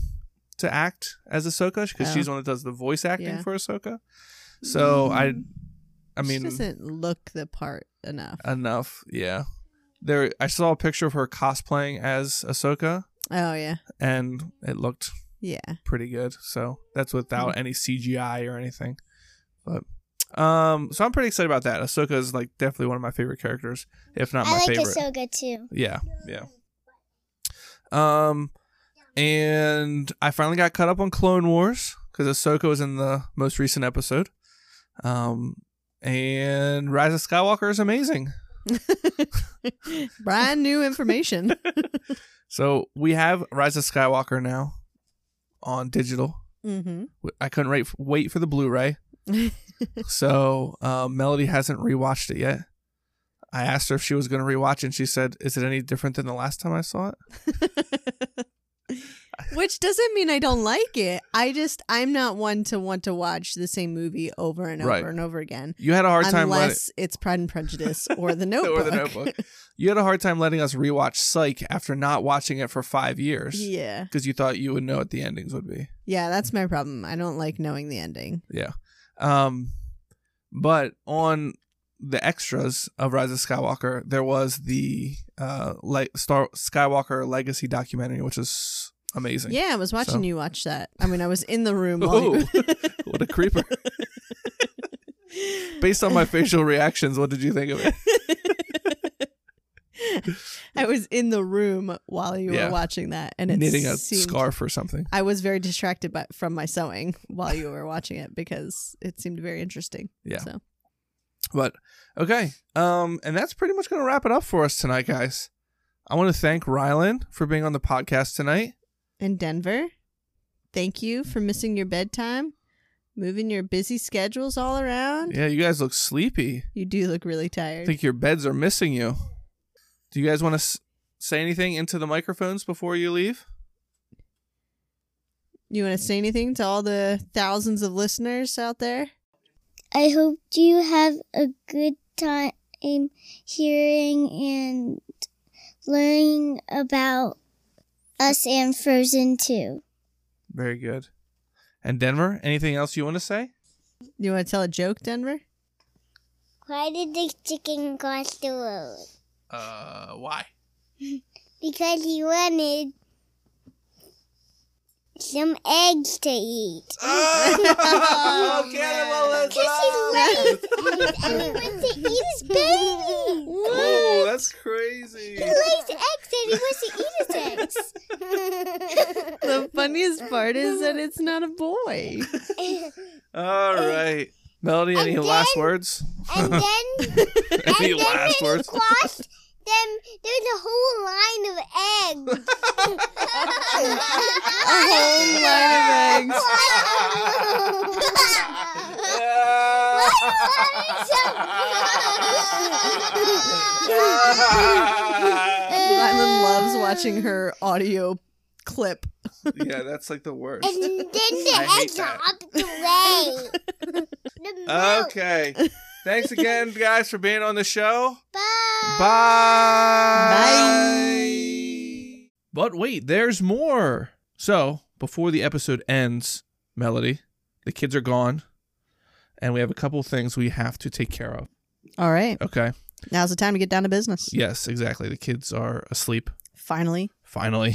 E: to act as Ahsoka because
F: Oh.
E: she's the one that does the voice acting
F: Yeah. Mm.
E: for Ahsoka. So I, I
F: She
E: mean,
F: doesn't look the part enough.
E: enough. Yeah, there. I saw a picture of her cosplaying as Ahsoka,
F: oh yeah,
E: and it looked
F: yeah.
E: pretty good. So that's without
F: Mm.
E: any CGI or anything. But um, so I'm pretty excited about that. Ahsoka is like definitely one of my favorite characters, if not
A: I
E: my
A: like
E: favorite.
A: Kasoga too.
E: Yeah, yeah. Um, and I finally got caught up on Clone Wars because Ahsoka was in the most recent episode. Um, and Rise of Skywalker is amazing.
F: Brand new information.
E: So we have Rise of Skywalker now on digital.
F: mm-hmm.
E: I couldn't wait wait for the Blu-ray. so uh, Melody hasn't rewatched it yet. I asked her if she was going to rewatch, it, and she said, "Is it any different than the last time I saw it?"
F: Which doesn't mean I don't like it. I just I'm not one to want to watch the same movie over and over
E: Right.
F: and over again.
E: You had a hard time. letting-
F: Unless it's Pride and Prejudice or The Notebook.
E: or the notebook. You had a hard time letting us rewatch Psych after not watching it for five years
F: yeah.
E: because you thought you would know what the endings would be.
F: Yeah, that's my problem. I don't like knowing the ending.
E: Yeah. Um, but on the extras of Rise of Skywalker, there was the uh, like Star Skywalker Legacy documentary, which is amazing.
F: Yeah, I was watching
E: So-
F: you watch that. I mean, I was in the room. While
E: Oh,
F: you...
E: what a creeper! Based on my facial reactions, what did you think of it?
F: I was in the room while you
E: Yeah.
F: were watching that, and it
E: Knitting a
F: seemed-
E: scarf or something.
F: I was very distracted by, from my sewing while you were watching it because it seemed very interesting.
E: Yeah.
F: So
E: But okay, um, and that's pretty much going to wrap it up for us tonight, guys. I want to thank Rylan for being on the podcast tonight.
F: in Denver, thank you for missing your bedtime, moving your busy schedules all around.
E: Yeah, you guys look sleepy.
F: You do look really tired.
E: I think your beds are missing you. Do you guys want to s- say anything into the microphones before you leave?
F: you want to say anything to all the thousands of listeners out there?
A: I hope you have a good time hearing and learning about us and Frozen 2.
E: Very good. And Denver, anything else you want to say?
F: You want to tell a joke, Denver?
D: Why did the chicken cross the road?
E: Uh, why?
D: Because he wanted some eggs to eat.
E: Oh, cannibal is
D: Because he likes eggs and he wants to eat his baby.
E: Oh, that's crazy.
D: He likes eggs and he wants to eat his eggs.
F: The funniest part is that it's not a boy.
E: All right. Melody, any last words?
D: and then
E: Any
D: and then
E: last
D: when he
E: words?
D: crossed them, there's a whole line of eggs.
F: A whole line of eggs. Lyman loves watching her audio clip.
E: yeah, that's like the worst.
D: and then the
E: I hate
D: eggs are
E: that.
D: up the way. The milk.
E: Okay. Thanks again, guys, for being on the show.
D: Bye.
E: Bye. But wait, there's more. So, before the episode ends, Melody, the kids are gone, and we have a couple things we have to take care of.
F: All right.
E: Okay.
F: Now's the time to get down to business.
E: Yes, exactly. The kids are asleep,
F: Finally.
E: finally.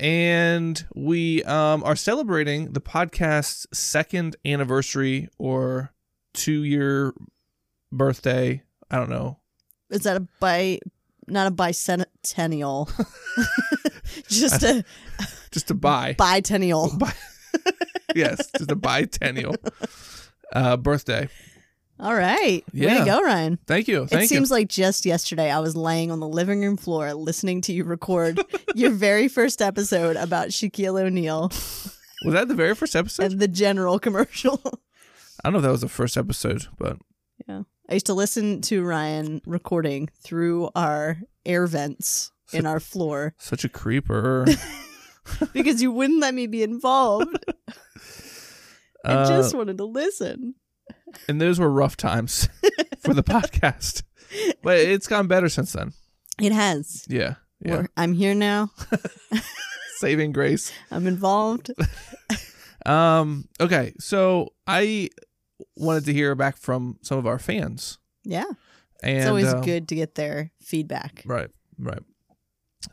E: And we um, are celebrating the podcast's second anniversary or two year birthday. I don't know.
F: Is that a bi not a bicentennial. Just a
E: Just to buy.
F: biennial.
E: yes, just a biennial uh, birthday.
F: All right. Way
E: Yeah.
F: to go, Ryan.
E: Thank you. Thank
F: it
E: you.
F: seems like just yesterday I was laying on the living room floor listening to you record your very first episode about Shaquille O'Neal
E: was that the very first episode?
F: and the general commercial.
E: I don't know if that was the first episode, but
F: yeah. I used to listen to Ryan recording through our air vents in our floor
E: such a creeper.
F: because you wouldn't let me be involved. I
E: Uh,
F: just wanted to listen.
E: and those were rough times for the podcast. But it's gone better since then.
F: It has.
E: Yeah. Yeah.
F: We're- I'm here now.
E: Saving grace.
F: I'm involved.
E: Um, okay. So I wanted to hear back from some of our fans.
F: Yeah.
E: And
F: it's always
E: um,
F: good to get their feedback.
E: Right, right.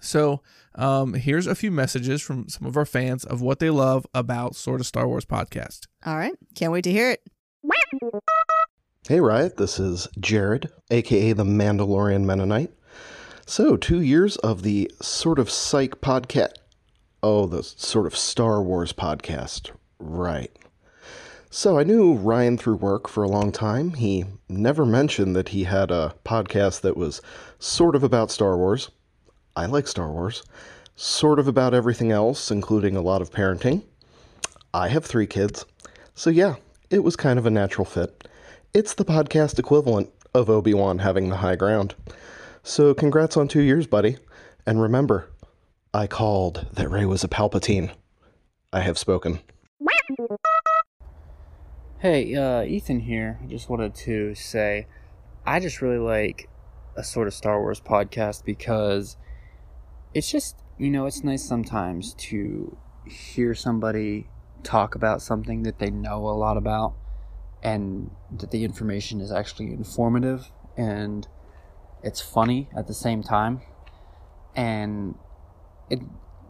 E: So, um, here's a few messages from some of our fans of what they love about sort of Star Wars podcast.
F: All right. Can't wait to hear it.
I: Hey, Riot, this is Jared, aka the Mandalorian Mennonite. So, two years of the sort of psych podcast. Oh, the sort of Star Wars podcast. Right. So, I knew Ryan through work for a long time. He never mentioned that he had a podcast that was sort of about Star Wars. I like Star Wars. Sort of about everything else, including a lot of parenting. I have three kids. So, yeah, it was kind of a natural fit. It's the podcast equivalent of Obi Wan having the high ground. So, congrats on two years, buddy. And remember, I called that Ray was a Palpatine. I have spoken.
J: Hey, uh, Ethan here. I just wanted to say I just really like a sort of Star Wars podcast because it's just, you know, it's nice sometimes to hear somebody talk about something that they know a lot about and that the information is actually informative and it's funny at the same time. And it,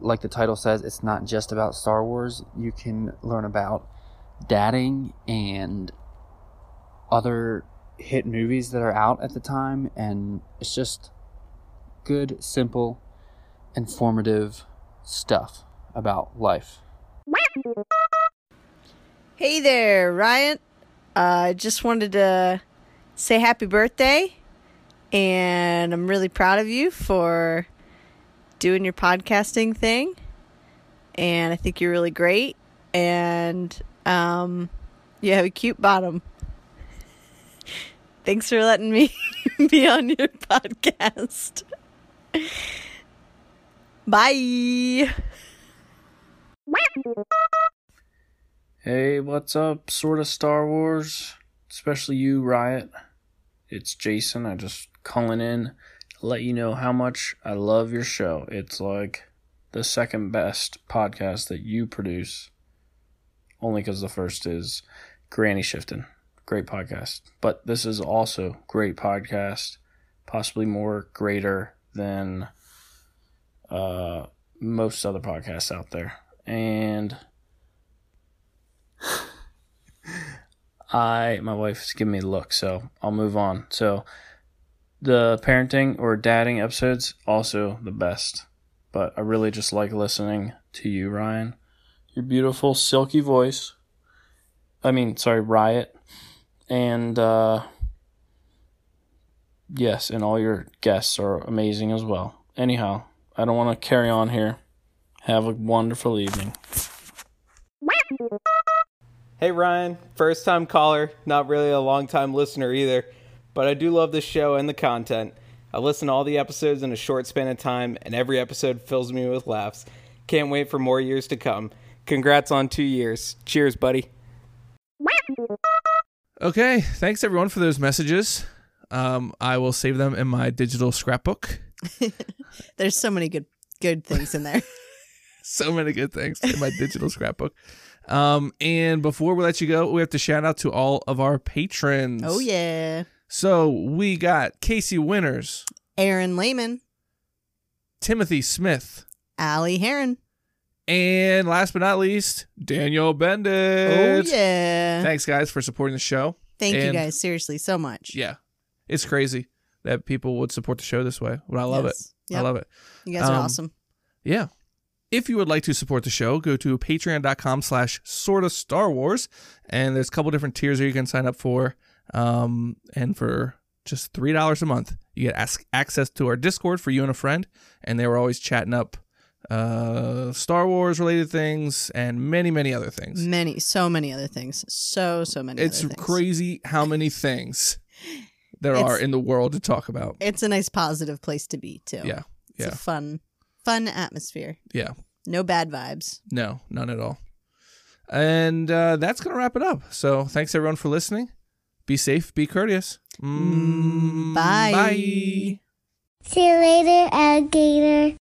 J: like the title says, it's not just about Star Wars. You can learn about dadding and other hit movies that are out at the time and it's just good simple informative stuff about life
K: Hey there, Ryan. I uh, just wanted to say happy birthday, and I'm really proud of you for doing your podcasting thing. And I think you're really great, and um, you have a cute bottom. Thanks for letting me be on your podcast. Bye.
J: hey what's up sort of star wars especially you riot it's jason i just calling in to let you know how much i love your show it's like the second best podcast that you produce only because the first is Granny Shifting. Great podcast. But this is also great podcast, possibly more greater than uh, most other podcasts out there. And I, my wife's giving me a look, so I'll move on. So the parenting or dadding episodes also the best, but I really just like listening to you, Ryan. Your beautiful silky voice. I mean, sorry, Riot, and uh, yes, and all your guests are amazing as well. Anyhow, I don't want to carry on here. Have a wonderful evening.
L: Hey Ryan, first time caller, not really a long time listener either, but I do love this show and the content. I listen to all the episodes in a short span of time, and every episode fills me with laughs. Can't wait for more years to come. Congrats on two years. Cheers, buddy.
E: Okay, thanks everyone for those messages. Um, I will save them in my digital scrapbook.
F: There's so many good good things in there.
E: so many good things in my digital scrapbook. Um, and before we let you go, we have to shout out to all of our patrons.
F: Oh yeah.
E: So we got Casey Winters,
F: Aaron Lehman,
E: Timothy Smith,
F: Allie Heron,
E: and last but not least, Daniel Bendit.
F: Oh yeah.
E: Thanks guys for supporting the show.
F: Thank
E: And
F: you guys seriously so much.
E: Yeah. It's crazy that people would support the show this way. But I love
F: Yes.
E: it. I
F: Yep.
E: love it.
F: You guys are
E: Um,
F: awesome.
E: Yeah. If you would like to support the show, go to patreon.com slash sorta Star Wars. And there's a couple different tiers that you can sign up for. Um, and for just $3 a month, you get ask, access to our Discord for you and a friend. And they were always chatting up uh, Star Wars related things and many, many other things.
F: Many, so many other things. So so many.
E: It's
F: other things.
E: crazy how many things there
F: It's-
E: are in the world to talk about.
F: It's a nice positive place to be too.
E: Yeah,
F: It's
E: yeah.
F: a fun, fun atmosphere.
E: Yeah.
F: No bad vibes.
E: No, none at all. And uh, that's going to wrap it up. So thanks everyone for listening. Be safe, be courteous. Mm,
F: Bye.
E: Bye.
A: See you later, alligator.